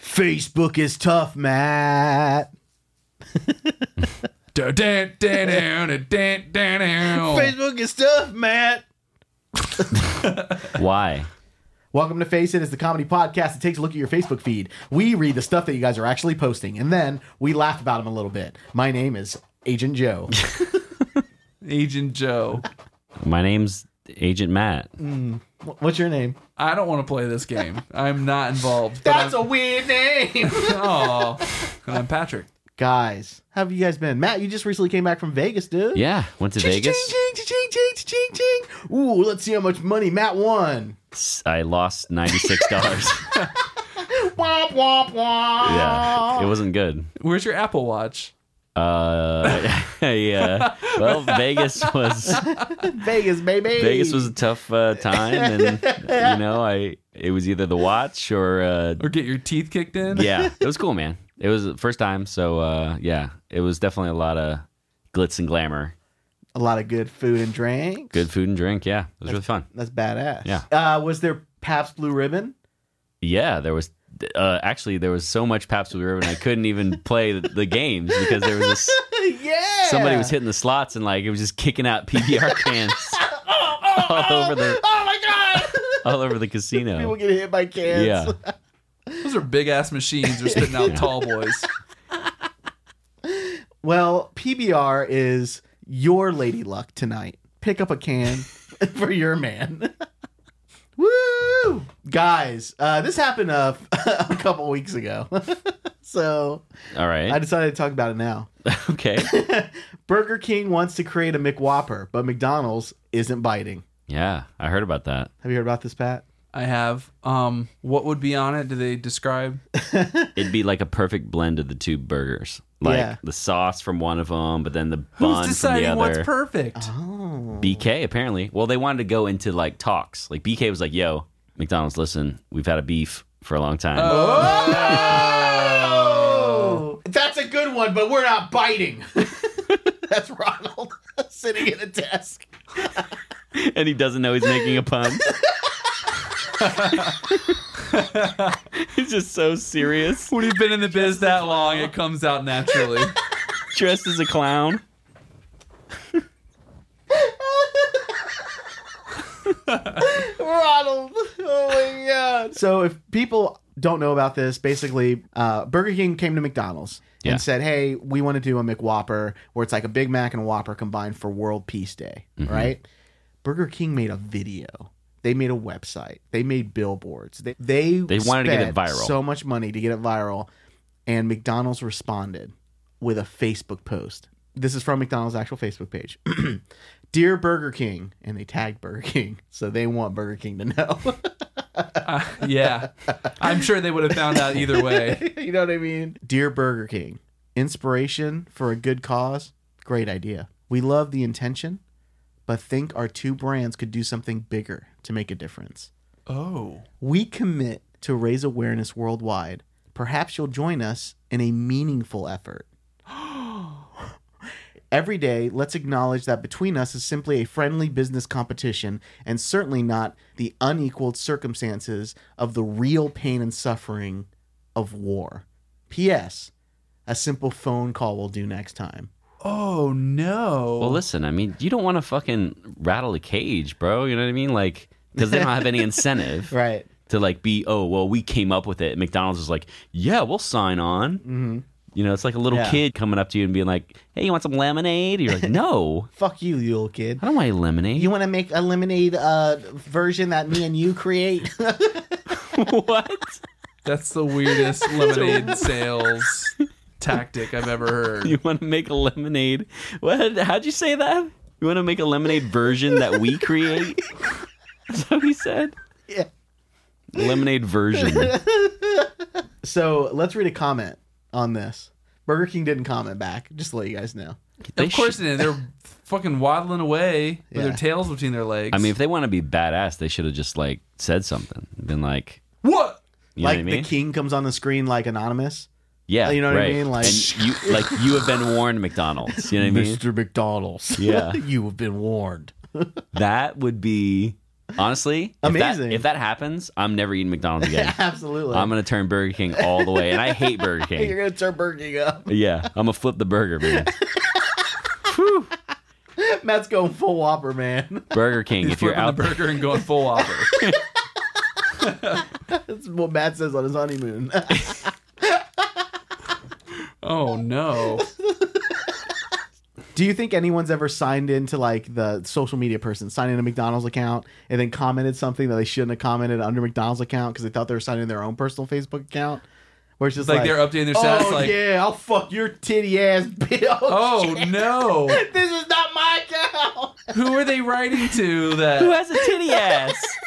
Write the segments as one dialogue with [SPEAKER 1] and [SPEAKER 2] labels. [SPEAKER 1] Facebook is tough, Matt.
[SPEAKER 2] Da- dan- dan- dan- dan- dan- dan.
[SPEAKER 1] Facebook is tough, Matt.
[SPEAKER 3] Why?
[SPEAKER 1] Welcome to Face It is the comedy podcast that takes a look at your Facebook feed. We read the stuff that you guys are actually posting, and then we laugh about them a little bit. My name is Agent Joe.
[SPEAKER 2] Agent Joe.
[SPEAKER 3] My name's Agent Matt.
[SPEAKER 1] Wh- What's your name?
[SPEAKER 2] I don't want to play this game. I'm not involved. but
[SPEAKER 1] That's
[SPEAKER 2] I'm,
[SPEAKER 1] a weird name.
[SPEAKER 2] Aw. And I'm Patrick.
[SPEAKER 1] guys, how have you guys been? Matt, you just recently came back from Vegas, dude.
[SPEAKER 3] Yeah, went to Vegas.
[SPEAKER 1] Ching, ching, ching, ching, ching, ching. Ooh, let's see how much money Matt won.
[SPEAKER 3] I lost ninety six dollars.
[SPEAKER 1] Womp womp womp.
[SPEAKER 3] yeah, it wasn't good.
[SPEAKER 2] Where's your Apple Watch?
[SPEAKER 3] Uh, yeah. Well, Vegas was
[SPEAKER 1] Vegas, baby.
[SPEAKER 3] Vegas was a tough uh, time, and you know, I it was either the watch or uh,
[SPEAKER 2] Or get your teeth kicked in?
[SPEAKER 3] yeah, it was cool, man. It was the first time, so uh, yeah, it was definitely a lot of glitz and glamour,
[SPEAKER 1] a lot of good food and drinks.
[SPEAKER 3] good food and drink. Yeah, it was really fun.
[SPEAKER 1] That's badass.
[SPEAKER 3] Yeah.
[SPEAKER 1] Uh, was there Pabst Blue Ribbon?
[SPEAKER 3] Yeah, there was uh, actually there was so much Pabst Blue Ribbon I couldn't even play the, the games because there was this
[SPEAKER 1] yeah.
[SPEAKER 3] somebody was hitting the slots and like it was just kicking out PBR cans all over the
[SPEAKER 1] Oh my god!
[SPEAKER 3] all over the
[SPEAKER 1] People
[SPEAKER 3] casino.
[SPEAKER 1] get hit by cans.
[SPEAKER 3] Yeah,
[SPEAKER 2] Those are big ass machines. They're spitting out tall boys.
[SPEAKER 1] Well, PBR is your lady luck tonight. Pick up a can for your man. Woo! Guys, uh, this happened uh, a couple weeks ago. so
[SPEAKER 3] all
[SPEAKER 1] I
[SPEAKER 3] right,
[SPEAKER 1] decided to talk about it now.
[SPEAKER 3] okay,
[SPEAKER 1] Burger King wants to create a McWhopper, but McDonald's isn't biting.
[SPEAKER 3] yeah, I heard about that.
[SPEAKER 1] Have you heard about this, Pat?
[SPEAKER 2] I have. Um, what would be on it? Do they describe?
[SPEAKER 3] It'd be like a perfect blend of the two burgers, like
[SPEAKER 1] Yeah.
[SPEAKER 3] the sauce from one of them, but then the
[SPEAKER 2] Who's
[SPEAKER 3] bun from the
[SPEAKER 2] deciding what's
[SPEAKER 3] other.
[SPEAKER 2] perfect?
[SPEAKER 1] Oh.
[SPEAKER 3] BK apparently. Well, they wanted to go into like talks. Like BK was like, "Yo, McDonald's, listen, we've had a beef for a long time."
[SPEAKER 1] Oh, That's a good one, but we're not biting. That's Ronald sitting at a desk.
[SPEAKER 3] and he doesn't know he's making a pun. he's just so serious,
[SPEAKER 2] When you've been in the biz that long, it comes out naturally.
[SPEAKER 3] dressed as a clown.
[SPEAKER 1] Ronald. Oh my god. So if people don't know about this, basically uh, Burger King came to McDonald's
[SPEAKER 3] Yeah.
[SPEAKER 1] and said, "Hey, we want to do a McWhopper where it's like a Big Mac and a Whopper combined for World Peace Day,
[SPEAKER 3] Mm-hmm.
[SPEAKER 1] right?" Burger King made a video. They made a website. They made billboards. They they,
[SPEAKER 3] They wanted to get it
[SPEAKER 1] spent
[SPEAKER 3] viral.
[SPEAKER 1] So much money to get it viral, and McDonald's responded with a Facebook post. This is from McDonald's actual Facebook page. Dear Burger King, and they tagged Burger King, so they want Burger King to know.
[SPEAKER 2] Uh, yeah. I'm sure they would have found out either way.
[SPEAKER 1] you know what I mean? Dear Burger King, inspiration for a good cause, great idea. We love the intention, but think our two brands could do something bigger to make a difference.
[SPEAKER 2] Oh.
[SPEAKER 1] We commit to raise awareness worldwide. Perhaps you'll join us in a meaningful effort. Every day, let's acknowledge that between us is simply a friendly business competition and certainly not the unequaled circumstances of the real pain and suffering of war. P.S. A simple phone call will do next time.
[SPEAKER 2] Oh no.
[SPEAKER 3] Well, listen, I mean, you don't want to fucking rattle a cage, bro. You know what I mean? Like, because they don't have any incentive
[SPEAKER 1] Right.
[SPEAKER 3] to like be, oh, well, we came up with it. McDonald's is like, yeah, we'll sign on.
[SPEAKER 1] Mm-hmm.
[SPEAKER 3] You know, it's like a little
[SPEAKER 1] Yeah.
[SPEAKER 3] kid coming up to you and being like, hey, you want some lemonade? You're like, no,
[SPEAKER 1] Fuck you, you little kid.
[SPEAKER 3] I don't want any lemonade.
[SPEAKER 1] You want to make a lemonade uh, version that me and you create?
[SPEAKER 3] what?
[SPEAKER 2] That's the weirdest lemonade sales tactic I've ever heard.
[SPEAKER 3] You want to make a lemonade? What? How'd you say that? You want to make a lemonade version that we create? That's what he said.
[SPEAKER 1] yeah.
[SPEAKER 3] Lemonade version.
[SPEAKER 1] So let's read a comment on this. Burger King didn't comment back, just to let you guys know.
[SPEAKER 3] They
[SPEAKER 2] of course
[SPEAKER 3] sh-
[SPEAKER 2] it is. They're fucking waddling away with
[SPEAKER 1] Yeah.
[SPEAKER 2] their tails between their legs.
[SPEAKER 3] I mean, if they want to be badass, they should have just like said something, been like,
[SPEAKER 2] what?
[SPEAKER 3] you
[SPEAKER 1] like
[SPEAKER 3] know what I mean?
[SPEAKER 1] the king comes on the screen like anonymous.
[SPEAKER 3] yeah,
[SPEAKER 1] you know what I
[SPEAKER 3] right.
[SPEAKER 1] mean? Like-
[SPEAKER 3] and you, like you have been warned, McDonald's. You know what I mean?
[SPEAKER 1] McDonald's.
[SPEAKER 3] Yeah.
[SPEAKER 1] you have been warned.
[SPEAKER 3] That would be Honestly, if that-
[SPEAKER 1] Amazing.
[SPEAKER 3] if that happens, I'm never eating McDonald's again.
[SPEAKER 1] Absolutely.
[SPEAKER 3] I'm gonna turn Burger King all the way, and I hate Burger
[SPEAKER 1] Hey, You're
[SPEAKER 3] King.
[SPEAKER 1] gonna turn Burger King up.
[SPEAKER 3] Yeah, I'm gonna flip the burger, man.
[SPEAKER 1] Matt's going full Whopper, man.
[SPEAKER 3] Burger King, if you're
[SPEAKER 2] Flipping
[SPEAKER 3] out
[SPEAKER 2] the
[SPEAKER 3] there,
[SPEAKER 2] burger and going full offer.
[SPEAKER 1] That's what Matt says on his honeymoon.
[SPEAKER 2] Oh no.
[SPEAKER 1] Do you think anyone's ever signed into like the social media person signed in a McDonald's account and then commented something that they shouldn't have commented under McDonald's account because they thought they were signing their own personal Facebook account? Where it's just
[SPEAKER 2] Like,
[SPEAKER 1] like,
[SPEAKER 2] they're updating their status
[SPEAKER 1] oh
[SPEAKER 2] like
[SPEAKER 1] yeah, I'll fuck your titty ass bitch. Oh,
[SPEAKER 2] Oh
[SPEAKER 1] shit.
[SPEAKER 2] no.
[SPEAKER 1] this is not my account.
[SPEAKER 2] Who are they writing to
[SPEAKER 3] who
[SPEAKER 2] that
[SPEAKER 3] has a titty ass?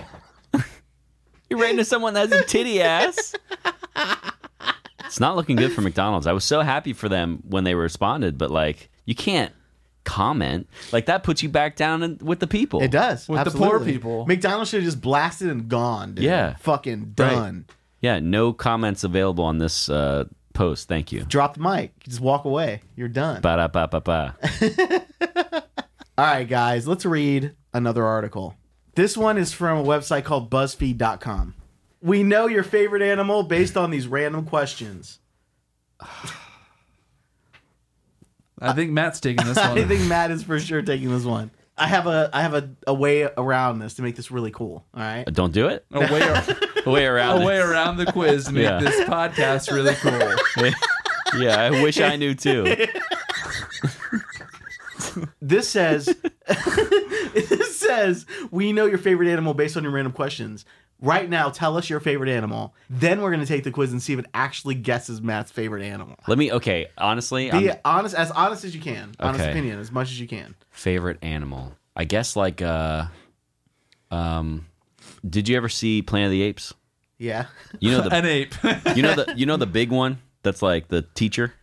[SPEAKER 3] you're writing to someone that has a titty ass. It's not looking good for McDonald's. I was so happy for them when they responded, but like, you can't comment. Like that puts you back down in, with the people.
[SPEAKER 1] It does
[SPEAKER 2] With the poor
[SPEAKER 1] absolutely.
[SPEAKER 2] people.
[SPEAKER 1] McDonald's should have just blasted and gone. Dude.
[SPEAKER 3] Yeah.
[SPEAKER 1] fucking done.
[SPEAKER 3] Yeah, no comments available on this uh, post. Thank you.
[SPEAKER 1] Drop the mic. Just walk away. You're done.
[SPEAKER 3] Ba da ba ba ba.
[SPEAKER 1] All right, guys, let's read another article. This one is from a website called BuzzFeed.com. We know your favorite animal based on these random questions.
[SPEAKER 2] I think Matt's taking this
[SPEAKER 1] I
[SPEAKER 2] one.
[SPEAKER 1] think Matt is for sure taking this one. I have a I have a, a way around this to make this really cool. All right.
[SPEAKER 3] Don't do it.
[SPEAKER 2] A way, ar-
[SPEAKER 3] A way around.
[SPEAKER 2] a way
[SPEAKER 3] it.
[SPEAKER 2] around the quiz to make
[SPEAKER 3] Yeah.
[SPEAKER 2] this podcast really cool.
[SPEAKER 3] yeah, I wish I knew too.
[SPEAKER 1] This says this says we know your favorite animal based on your random questions. Right now, tell us your favorite animal. Then we're gonna take the quiz and see if it actually guesses Matt's favorite animal.
[SPEAKER 3] Let me. Okay, honestly,
[SPEAKER 1] Be
[SPEAKER 3] I'm
[SPEAKER 1] honest as honest as you can. Honest
[SPEAKER 3] Okay.
[SPEAKER 1] opinion as much as you can.
[SPEAKER 3] favorite animal. I guess like uh, um, did you ever see Planet of the Apes?
[SPEAKER 1] Yeah.
[SPEAKER 3] You know the
[SPEAKER 2] An ape.
[SPEAKER 3] you know the you know the big one that's like the teacher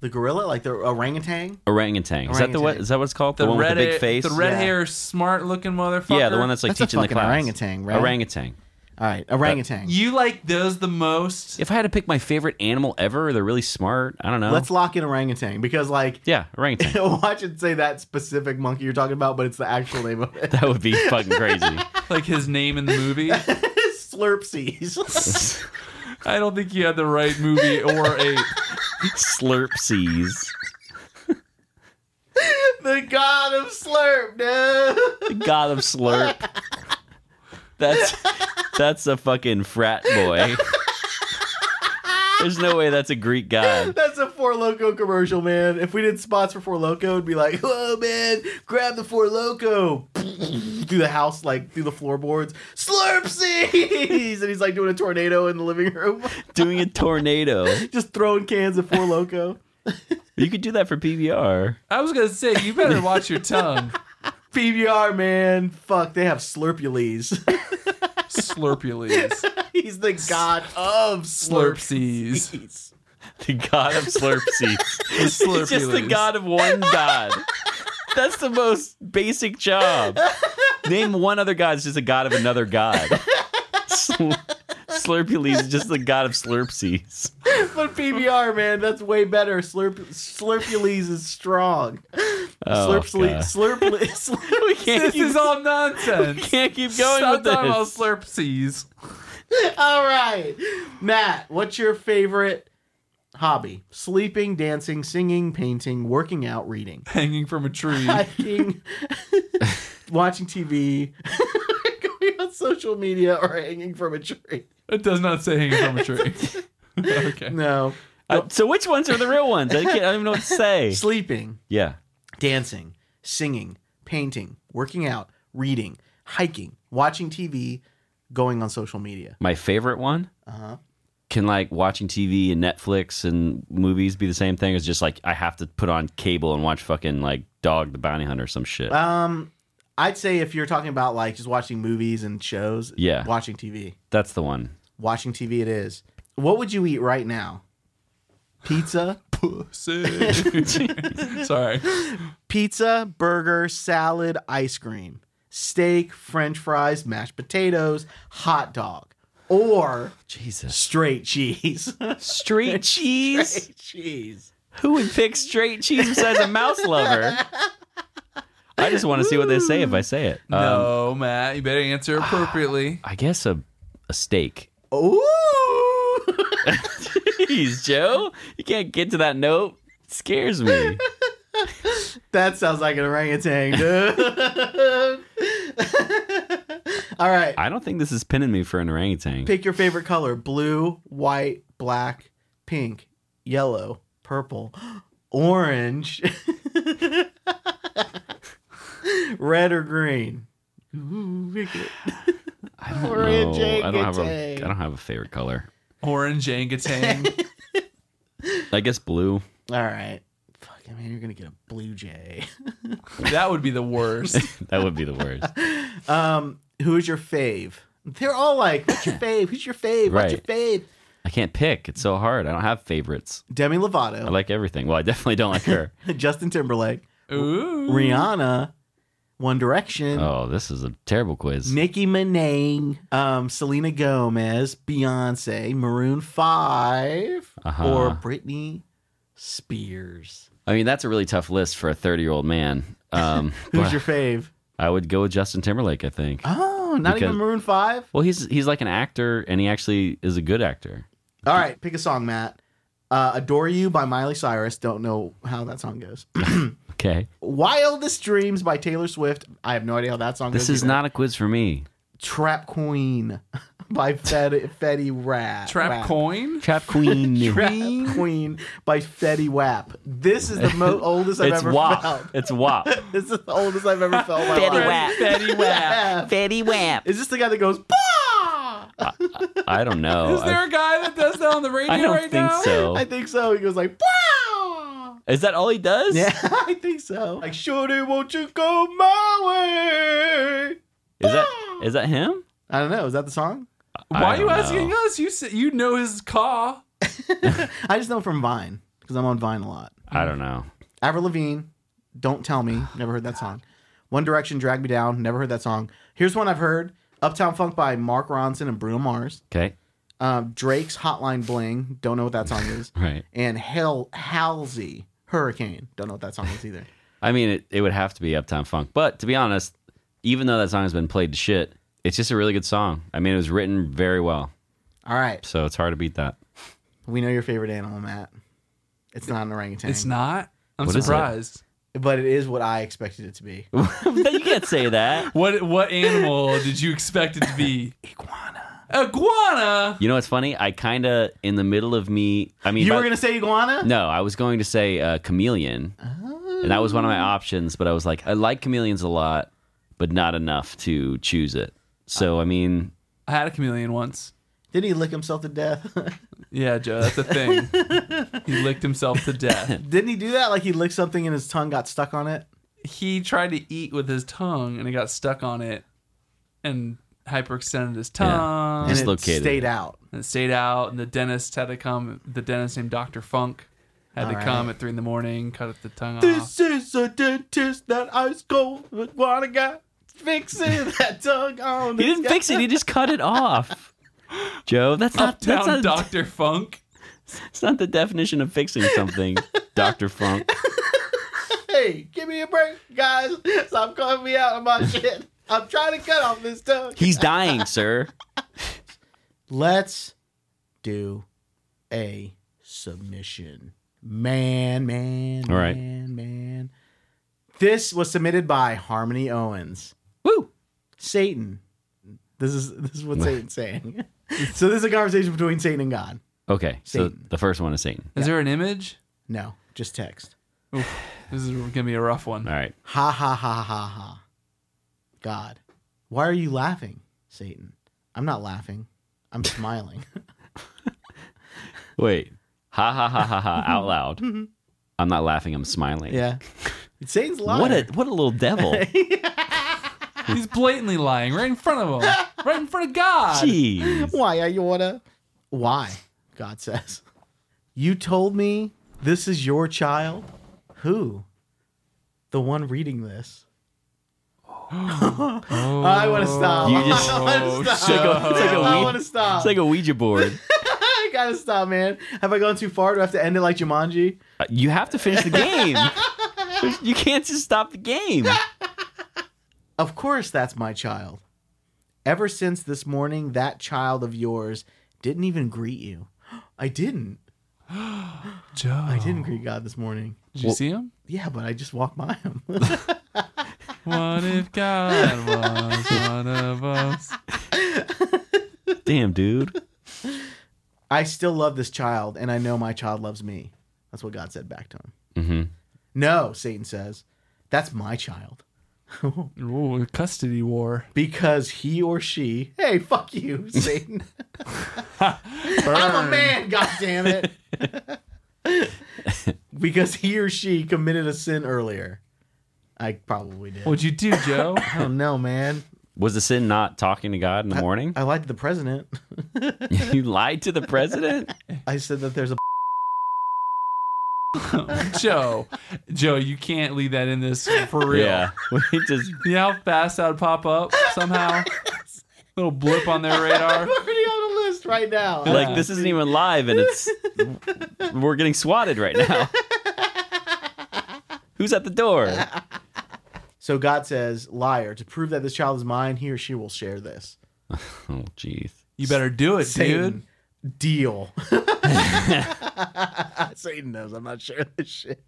[SPEAKER 1] The gorilla, like the orangutan.
[SPEAKER 3] orangutan. Is that the what
[SPEAKER 1] Orangutan.
[SPEAKER 3] is that what it's called?
[SPEAKER 2] The,
[SPEAKER 3] one
[SPEAKER 2] red,
[SPEAKER 3] with the big
[SPEAKER 2] hair-
[SPEAKER 3] face.
[SPEAKER 2] the red
[SPEAKER 1] Yeah.
[SPEAKER 2] hair, smart looking motherfucker.
[SPEAKER 3] yeah, the one that's like
[SPEAKER 1] a
[SPEAKER 3] teaching the
[SPEAKER 1] fucking
[SPEAKER 3] class.
[SPEAKER 1] orangutan, right?
[SPEAKER 3] Orangutan.
[SPEAKER 1] All right, orangutan.
[SPEAKER 2] you like those the most.
[SPEAKER 3] If I had to pick my favorite animal ever, they're really smart. I don't know.
[SPEAKER 1] Let's lock in orangutan because, like,
[SPEAKER 3] yeah, orangutan.
[SPEAKER 1] watch it say that specific monkey you're talking about, but it's the actual name of it.
[SPEAKER 3] That would be fucking crazy.
[SPEAKER 2] Like his name in the movie. I
[SPEAKER 1] Slurpsies.
[SPEAKER 2] don't think you had the right movie or ape.
[SPEAKER 3] Slurpsies.
[SPEAKER 1] the god of slurp, dude.
[SPEAKER 3] The god of slurp. That's that's a fucking frat boy. There's no way that's a Greek god.
[SPEAKER 1] That's a Four Loco commercial, man. If we did spots for Four Loco, it'd be like, "Whoa, man, grab the Four Loco through the house, like through the floorboards, slurpsies," and he's like doing a tornado in the living room,
[SPEAKER 3] Doing a tornado.
[SPEAKER 1] just throwing cans of Four Loco.
[SPEAKER 3] You could do that for PBR.
[SPEAKER 2] I was gonna say you better watch your tongue.
[SPEAKER 1] PBR, man. Fuck, they have Slurpules.
[SPEAKER 2] Slurpules.
[SPEAKER 1] He's the god of
[SPEAKER 2] Slurpsies.
[SPEAKER 1] Slurpsies.
[SPEAKER 3] The god of slurpsies. He's
[SPEAKER 2] Slurpules.
[SPEAKER 3] just the god of one god. That's the most basic job. Name one other god that's just a god of another god. Slur- Slurpules is just the god of slurpsies.
[SPEAKER 1] But PBR, man, that's way better. Slurp Slurpules is strong.
[SPEAKER 3] Oh,
[SPEAKER 1] Slurpsle-
[SPEAKER 3] God.
[SPEAKER 1] Slurply Slurp.
[SPEAKER 3] We can't
[SPEAKER 2] This
[SPEAKER 3] keep-
[SPEAKER 2] is all nonsense.
[SPEAKER 3] can't keep going
[SPEAKER 2] Stop
[SPEAKER 3] with this.
[SPEAKER 2] talking about slurpsies.
[SPEAKER 1] All right, Matt. What's your favorite hobby? Sleeping, dancing, singing, painting, working out, reading,
[SPEAKER 2] Hanging from a tree.
[SPEAKER 1] hiking, watching TV, going on social media, or hanging from a tree.
[SPEAKER 2] It does not say hanging from a tree. okay.
[SPEAKER 1] No,
[SPEAKER 3] Uh, so which ones are the real ones? I, can't, I don't even know what to say.
[SPEAKER 1] sleeping,
[SPEAKER 3] Yeah.
[SPEAKER 1] dancing, singing, painting, working out, reading, hiking, watching TV, going on social media.
[SPEAKER 3] My favorite one?
[SPEAKER 1] Uh-huh.
[SPEAKER 3] Can like watching TV and Netflix and movies be the same thing as just like I have to put on cable and watch fucking like Dog the Bounty Hunter or some shit.
[SPEAKER 1] Um, I'd say if you're talking about like just watching movies and shows,
[SPEAKER 3] Yeah.
[SPEAKER 1] watching TV,
[SPEAKER 3] That's the one.
[SPEAKER 1] watching TV, it is. What would you eat right now? Pizza,
[SPEAKER 2] Pussy. Sorry.
[SPEAKER 1] pizza, burger, salad, ice cream, steak, French fries, mashed potatoes, hot dog, or
[SPEAKER 3] Jesus.
[SPEAKER 1] straight cheese.
[SPEAKER 3] Straight cheese?
[SPEAKER 1] straight cheese.
[SPEAKER 3] Who would pick straight cheese besides a mouse lover? I just want to see what they say if I say it. Um,
[SPEAKER 2] no, Matt, you better answer appropriately.
[SPEAKER 3] I guess a a steak.
[SPEAKER 1] Ooh.
[SPEAKER 3] Jeez, Joe, you can't get to that note. It scares me.
[SPEAKER 1] That sounds like an orangutan, dude. All right.
[SPEAKER 3] I don't think this is pinning me for an orangutan.
[SPEAKER 1] Pick your favorite color blue, white, black, pink, yellow, purple, orange, red, or green. Ooh, pick it.
[SPEAKER 3] I don't know. I don't have a.
[SPEAKER 1] Orangutan.
[SPEAKER 3] I don't have a favorite color.
[SPEAKER 2] Orange orangutan.
[SPEAKER 3] I guess blue.
[SPEAKER 1] All right. Fucking man, you're going to get a blue jay.
[SPEAKER 2] that would be the worst.
[SPEAKER 3] That would be the worst.
[SPEAKER 1] Um, who is your fave? They're all like, what's your fave? Who's your fave? What's your
[SPEAKER 3] Right.
[SPEAKER 1] fave?
[SPEAKER 3] I can't pick. It's so hard. I don't have favorites.
[SPEAKER 1] Demi Lovato,
[SPEAKER 3] I like everything. Well, I definitely don't like her.
[SPEAKER 1] Justin Timberlake,
[SPEAKER 2] Ooh.
[SPEAKER 1] Rihanna, One Direction,
[SPEAKER 3] Oh, this is a terrible quiz.
[SPEAKER 1] Nicki Minaj, um, Selena Gomez, Beyonce, Maroon 5
[SPEAKER 3] Uh-huh.
[SPEAKER 1] or Britney Spears.
[SPEAKER 3] I mean, that's a really tough list for a 30 year old man. Um,
[SPEAKER 1] Who's
[SPEAKER 3] but
[SPEAKER 1] your fave?
[SPEAKER 3] I would go with Justin Timberlake, I think.
[SPEAKER 1] Oh, not
[SPEAKER 3] Because-
[SPEAKER 1] even Maroon 5?
[SPEAKER 3] Well, he's he's like an actor, and he actually is a good actor.
[SPEAKER 1] All right, pick a song, Matt. Uh, Adore You by Miley Cyrus. Don't know how that song goes.
[SPEAKER 3] Okay,
[SPEAKER 1] Wildest Dreams by Taylor Swift. I have no idea how that song goes.
[SPEAKER 3] this is
[SPEAKER 1] either.
[SPEAKER 3] not a quiz for me.
[SPEAKER 1] Trap Queen by Fed- Fetty Wap.
[SPEAKER 2] Trap coin?
[SPEAKER 3] Trap Queen.
[SPEAKER 1] Trap Queen by Fetty Wap. This is the most oldest I've
[SPEAKER 3] it's
[SPEAKER 1] ever
[SPEAKER 3] WAP.
[SPEAKER 1] felt.
[SPEAKER 3] It's WAP.
[SPEAKER 1] This is the oldest I've ever felt. in My
[SPEAKER 4] Fetty Wap.
[SPEAKER 1] life.
[SPEAKER 2] Betty Wap.
[SPEAKER 4] Fetty Wap.
[SPEAKER 1] Is this the guy that goes? "Bah!"
[SPEAKER 4] Oh.
[SPEAKER 3] Oh, I don't know.
[SPEAKER 2] Is there a guy that does that on the radio
[SPEAKER 3] I, I don't
[SPEAKER 2] right
[SPEAKER 3] think
[SPEAKER 2] now?
[SPEAKER 3] so.
[SPEAKER 1] I think so. He goes like, "Bah!"
[SPEAKER 3] Is that all he does?
[SPEAKER 1] Yeah, I think so. Like, shorty, won't you go my way?
[SPEAKER 3] Is that is that him?
[SPEAKER 1] I don't know. Is that the song?
[SPEAKER 3] I
[SPEAKER 2] Why are you
[SPEAKER 3] don't
[SPEAKER 2] asking
[SPEAKER 3] know.
[SPEAKER 2] us? You s- you know his car.
[SPEAKER 1] I just know it from Vine because I'm on Vine a lot.
[SPEAKER 3] I don't know.
[SPEAKER 1] Avril Lavigne, Don't Tell
[SPEAKER 4] Oh,
[SPEAKER 1] Me, never heard that song. One Direction, Drag Me Down, never heard that song. Here's one I've heard Uptown Funk by Mark Ronson and Bruno Mars.
[SPEAKER 3] Okay,
[SPEAKER 1] Um, Drake's Hotline Bling, don't know what that song is.
[SPEAKER 3] right.
[SPEAKER 1] And Hell Halsey, Hurricane, don't know what that song is either.
[SPEAKER 3] I mean, it, it would have to be Uptown Funk. But to be honest, even though that song has been played to shit, it's just a really good song. I mean, it was written very well,
[SPEAKER 1] All right.
[SPEAKER 3] so it's hard to beat that.
[SPEAKER 1] We know your favorite animal, Matt. It's not an orangutan.
[SPEAKER 2] It's not. I'm
[SPEAKER 3] What is it?
[SPEAKER 2] surprised.
[SPEAKER 1] But it is what I expected it to be.
[SPEAKER 3] you can't say that.
[SPEAKER 2] What what animal did you expect it to be?
[SPEAKER 1] Iguana.
[SPEAKER 2] Iguana.
[SPEAKER 3] You know what's funny? I kind of in the middle of me. I mean,
[SPEAKER 1] You
[SPEAKER 3] by-
[SPEAKER 1] were going to say iguana?
[SPEAKER 3] no, I was going to say uh, chameleon, and that was one of
[SPEAKER 1] Oh.
[SPEAKER 3] my options. But I was like, I like chameleons a lot, but not enough to choose it. So I mean,
[SPEAKER 2] I had a chameleon once.
[SPEAKER 1] Didn't he lick himself to death?
[SPEAKER 2] Yeah, Joe, that's a thing. he licked himself to death.
[SPEAKER 1] Didn't he do that? Like he licked something and his tongue got stuck on it?
[SPEAKER 2] He tried to eat with his tongue and it got stuck on it and hyperextended his
[SPEAKER 1] And
[SPEAKER 2] tongue. And,
[SPEAKER 1] it
[SPEAKER 3] Dislocated.
[SPEAKER 1] stayed out.
[SPEAKER 2] it stayed out and the dentist had to come the dentist named Dr. Funk had to
[SPEAKER 1] All right.
[SPEAKER 2] come at three in the morning, cut the tongue
[SPEAKER 3] Uh-huh.
[SPEAKER 2] off.
[SPEAKER 1] This is a dentist that ice cold with water got fixing that tongue on.
[SPEAKER 3] he didn't fix it. He just cut it off. Joe, that's not that's
[SPEAKER 2] Uptown
[SPEAKER 3] not,
[SPEAKER 2] Dr. Funk.
[SPEAKER 3] It's not the definition of fixing something, Dr. Funk.
[SPEAKER 1] Hey, give me a break, guys. Stop calling me out on my shit. I'm trying to cut off this tongue.
[SPEAKER 3] He's dying, sir.
[SPEAKER 1] Let's do a submission. Man, man,
[SPEAKER 3] All right.
[SPEAKER 1] man, man. This was submitted by Harmony Owens.
[SPEAKER 3] Woo!
[SPEAKER 1] Satan. This is this is what Satan's saying. so this is a conversation between Satan and God.
[SPEAKER 3] Okay, so
[SPEAKER 1] Satan.
[SPEAKER 3] the first one is Satan.
[SPEAKER 2] Is there an image?
[SPEAKER 1] No, just text.
[SPEAKER 2] This is gonna be a rough one.
[SPEAKER 3] All right.
[SPEAKER 1] Ha ha ha ha ha. God, why are you laughing, Satan? I'm not laughing. I'm smiling.
[SPEAKER 3] Wait. Ha ha ha ha ha out loud. I'm not laughing, I'm smiling.
[SPEAKER 1] yeah. Satan's lying.
[SPEAKER 3] What a what a little devil.
[SPEAKER 2] He's blatantly lying right in front of him, right in front of God.
[SPEAKER 3] Jeez.
[SPEAKER 1] Why are you wanna? Why? God says. You told me this is your child? Who? The one reading this. Oh, I want to stop.
[SPEAKER 3] You just-
[SPEAKER 1] I want to
[SPEAKER 2] Oh,
[SPEAKER 1] stop.
[SPEAKER 3] It's like a- it's like a
[SPEAKER 1] I
[SPEAKER 3] wee-
[SPEAKER 1] want to stop.
[SPEAKER 3] It's like a Ouija board.
[SPEAKER 1] I gotta stop, man. Have I gone too far? Do I have to end it like Jumanji?
[SPEAKER 3] Uh, You have to finish the game. You can't just stop the game.
[SPEAKER 1] Of course, that's my child. Ever since this morning, that child of yours didn't even greet you. I didn't.
[SPEAKER 2] Joe.
[SPEAKER 1] I didn't greet God this morning.
[SPEAKER 2] Did you see him?
[SPEAKER 1] Yeah, but I just walked by him.
[SPEAKER 2] What if God was one of us?
[SPEAKER 3] Damn, dude.
[SPEAKER 1] I still love this child, and I know my child loves me. That's what God said back to him.
[SPEAKER 3] Mhm.
[SPEAKER 1] No, Satan says, that's my child.
[SPEAKER 2] Ooh, custody war.
[SPEAKER 1] because he or she, hey, fuck you, Satan. I'm a man, God damn it. because he or she committed a sin earlier. I probably did.
[SPEAKER 2] What'd you do, Joe?
[SPEAKER 1] I don't know, man.
[SPEAKER 3] Was the sin not talking to God in the morning?
[SPEAKER 1] I lied to the president.
[SPEAKER 3] you lied to the president?
[SPEAKER 1] I said that there's a
[SPEAKER 2] Joe, Joe, you can't leave that in this for real.
[SPEAKER 3] Yeah. We just
[SPEAKER 2] You know how fast that would pop up somehow? Little blip on their radar.
[SPEAKER 1] I'm already on the list right now.
[SPEAKER 3] like this isn't even live and it's we're getting swatted right now. Who's at the door?
[SPEAKER 1] So God says, liar, to prove that this child is mine, he or she will share this.
[SPEAKER 3] Oh jeez.
[SPEAKER 2] You better do it, dude.
[SPEAKER 1] Satan, deal. Satan knows I'm not sharing this shit.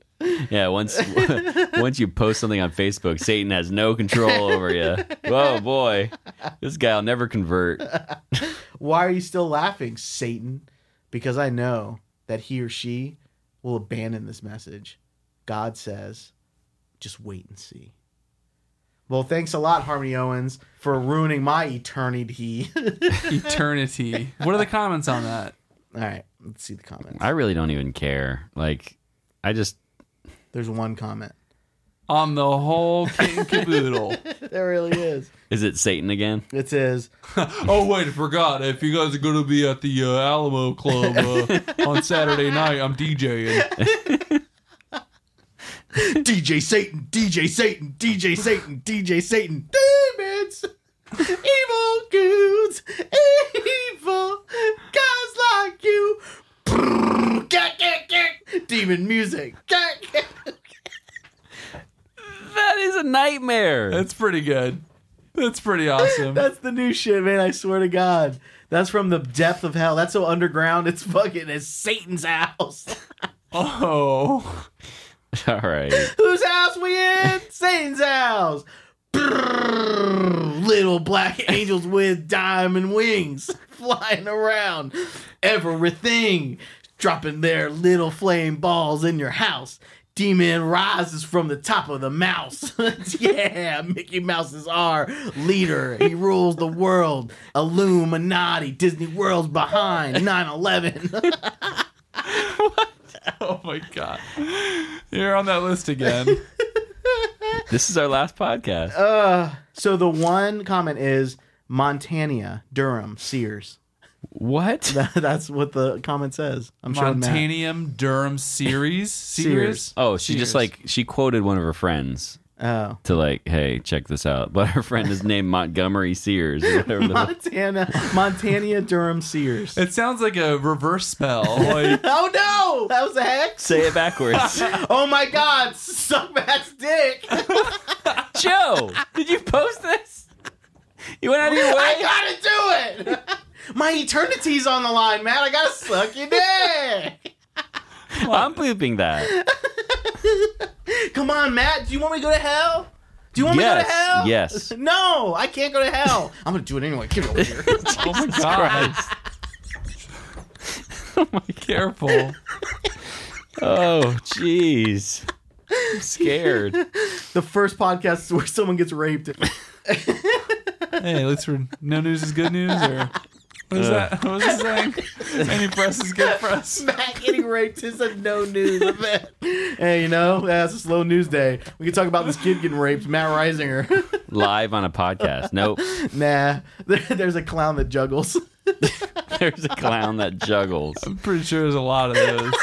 [SPEAKER 3] Yeah, once once you post something on Facebook, Satan has no control over you. Whoa, boy, this guy'll never convert.
[SPEAKER 1] Why are you still laughing, Satan? Because I know that he or she will abandon this message. God says, just wait and see. Well, thanks a lot, Harmony Owens, for ruining my eternity.
[SPEAKER 2] Eternity. What are the comments on that?
[SPEAKER 1] All right, let's see the comments.
[SPEAKER 3] I really don't even care. Like, I just
[SPEAKER 1] There's one comment.
[SPEAKER 2] On the whole kit and caboodle.
[SPEAKER 1] There really is.
[SPEAKER 3] is it Satan again?
[SPEAKER 1] It says,
[SPEAKER 2] oh wait, I forgot. If you guys are gonna be at the uh, Alamo Club uh, on Saturday night, I'm DJing.
[SPEAKER 1] DJ Satan, DJ Satan, DJ Satan, DJ Satan, demons, evil goons, evil guys like you. Brrr, gack, gack, gack. Demon music. Gack, gack.
[SPEAKER 3] That is a nightmare.
[SPEAKER 2] That's pretty good. That's pretty awesome.
[SPEAKER 1] That's the new shit, man. I swear to God. That's from the depth of hell. That's so underground. It's fucking it's Satan's house.
[SPEAKER 2] Oh,
[SPEAKER 3] All right.
[SPEAKER 1] Whose house we in? Satan's house. Brrrr, little black angels with diamond wings flying around everything, dropping their little flame balls in your house. Demon rises from the top of the mouse. yeah, Mickey Mouse is our leader. He rules the world. Illuminati, Disney World's behind 9 11.
[SPEAKER 2] oh my god, you're on that list again.
[SPEAKER 3] This is our last podcast.
[SPEAKER 2] Oh.
[SPEAKER 1] uh, so the one comment is Montana, Durham, Sears.
[SPEAKER 3] What?
[SPEAKER 1] That, that's what the comment says. I'm sure. Matt-
[SPEAKER 2] Montanium Durham series, series.
[SPEAKER 3] Oh, she
[SPEAKER 2] Cheers.
[SPEAKER 3] just like she quoted one of her friends
[SPEAKER 1] Oh.
[SPEAKER 3] to like, hey, check this out. But her friend is named Montgomery Sears. Or whatever the
[SPEAKER 1] Montana, Montana, Durham, Sears.
[SPEAKER 2] It sounds like a reverse spell. Like
[SPEAKER 1] oh no! That was a hex.
[SPEAKER 3] Say it backwards.
[SPEAKER 1] Oh my god, suck Matt's dick.
[SPEAKER 3] Joe, did you post this? You went out of your way.
[SPEAKER 1] I gotta do it. My eternity's on the line, Matt. I gotta suck your dick.
[SPEAKER 3] I'm bleeping that.
[SPEAKER 1] Come on, Matt. Do you want me to go to hell? Do you want me to go to
[SPEAKER 3] Yes.
[SPEAKER 1] hell?
[SPEAKER 3] Yes.
[SPEAKER 1] No, I can't go to hell. I'm gonna do it anyway. Get over here.
[SPEAKER 2] oh my god.
[SPEAKER 1] Oh
[SPEAKER 2] Careful.
[SPEAKER 3] Oh, jeez. I'm scared.
[SPEAKER 1] the first podcast where someone gets raped.
[SPEAKER 2] Hey, at least for no news is good news, or what is that? What was it saying? Any press is good press.
[SPEAKER 1] Matt getting raped is a no news event. hey, you know, that's a slow news day. We can talk about this kid getting raped, Matt Reisinger.
[SPEAKER 3] Live on a podcast. Nope.
[SPEAKER 1] nah, there- there's a clown that juggles.
[SPEAKER 3] There's a clown that juggles.
[SPEAKER 2] I'm pretty sure there's a lot of those.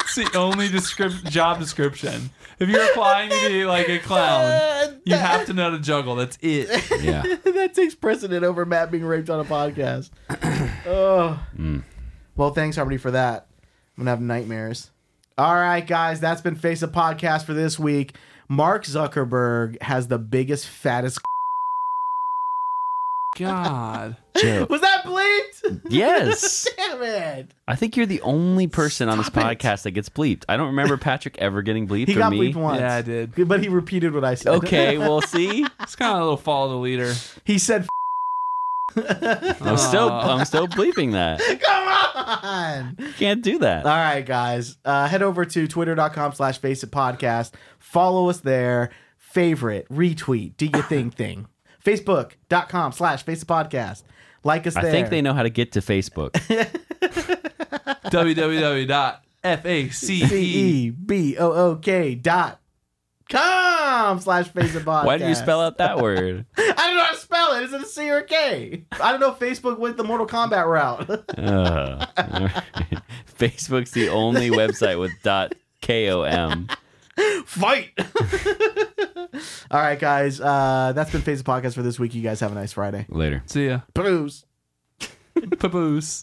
[SPEAKER 2] It's the only descrip- job description. If you're applying to be like a clown,
[SPEAKER 1] Uh,
[SPEAKER 2] you have to know how to juggle. That's it.
[SPEAKER 3] Yeah.
[SPEAKER 1] that takes precedent over Matt being raped on a podcast. oh.
[SPEAKER 2] Mm.
[SPEAKER 1] Well, thanks, Harmony, for that. I'm going to have nightmares. All right, guys, that's been Face Up Podcast for this week. Mark Zuckerberg has the biggest, fattest.
[SPEAKER 2] God.
[SPEAKER 3] Joe.
[SPEAKER 1] Was that bleeped?
[SPEAKER 3] Yes.
[SPEAKER 1] Damn it!
[SPEAKER 3] I think you're the only person on this
[SPEAKER 1] Stop it.
[SPEAKER 3] podcast that gets bleeped. I don't remember Patrick ever getting bleeped
[SPEAKER 1] He
[SPEAKER 3] or
[SPEAKER 1] got
[SPEAKER 3] me.
[SPEAKER 1] bleeped once.
[SPEAKER 2] Yeah, I did.
[SPEAKER 1] But he repeated what I said.
[SPEAKER 3] Okay, well, see,
[SPEAKER 2] It's kind of a little follow the leader.
[SPEAKER 1] He said,
[SPEAKER 3] I'm still
[SPEAKER 2] Aw.
[SPEAKER 3] I'm still bleeping that.
[SPEAKER 1] "Come on."
[SPEAKER 3] Can't do that.
[SPEAKER 1] All right, guys. Uh, head over to twitter.com slash face it podcast. Follow us there. Favorite, retweet, do your thing thing. Facebook.com slash face it podcast. Like us
[SPEAKER 3] I
[SPEAKER 1] there.
[SPEAKER 3] think they know how to get to Facebook.
[SPEAKER 2] E.
[SPEAKER 1] E.
[SPEAKER 2] www.face.
[SPEAKER 1] C-E-B-O-O-K dot com slash face it podcast.
[SPEAKER 3] Why did you spell out that word?
[SPEAKER 1] I don't know how to spell it. Is it a C or a K? I don't know if Facebook went the Mortal Kombat route.
[SPEAKER 3] Ugh. Facebook's the only website with dot com.
[SPEAKER 1] Fight. All right, guys. Uh, that's been Face It Podcast for this week. You guys have a nice Friday.
[SPEAKER 3] Later.
[SPEAKER 2] See ya.
[SPEAKER 1] Bruce.
[SPEAKER 2] Papoose.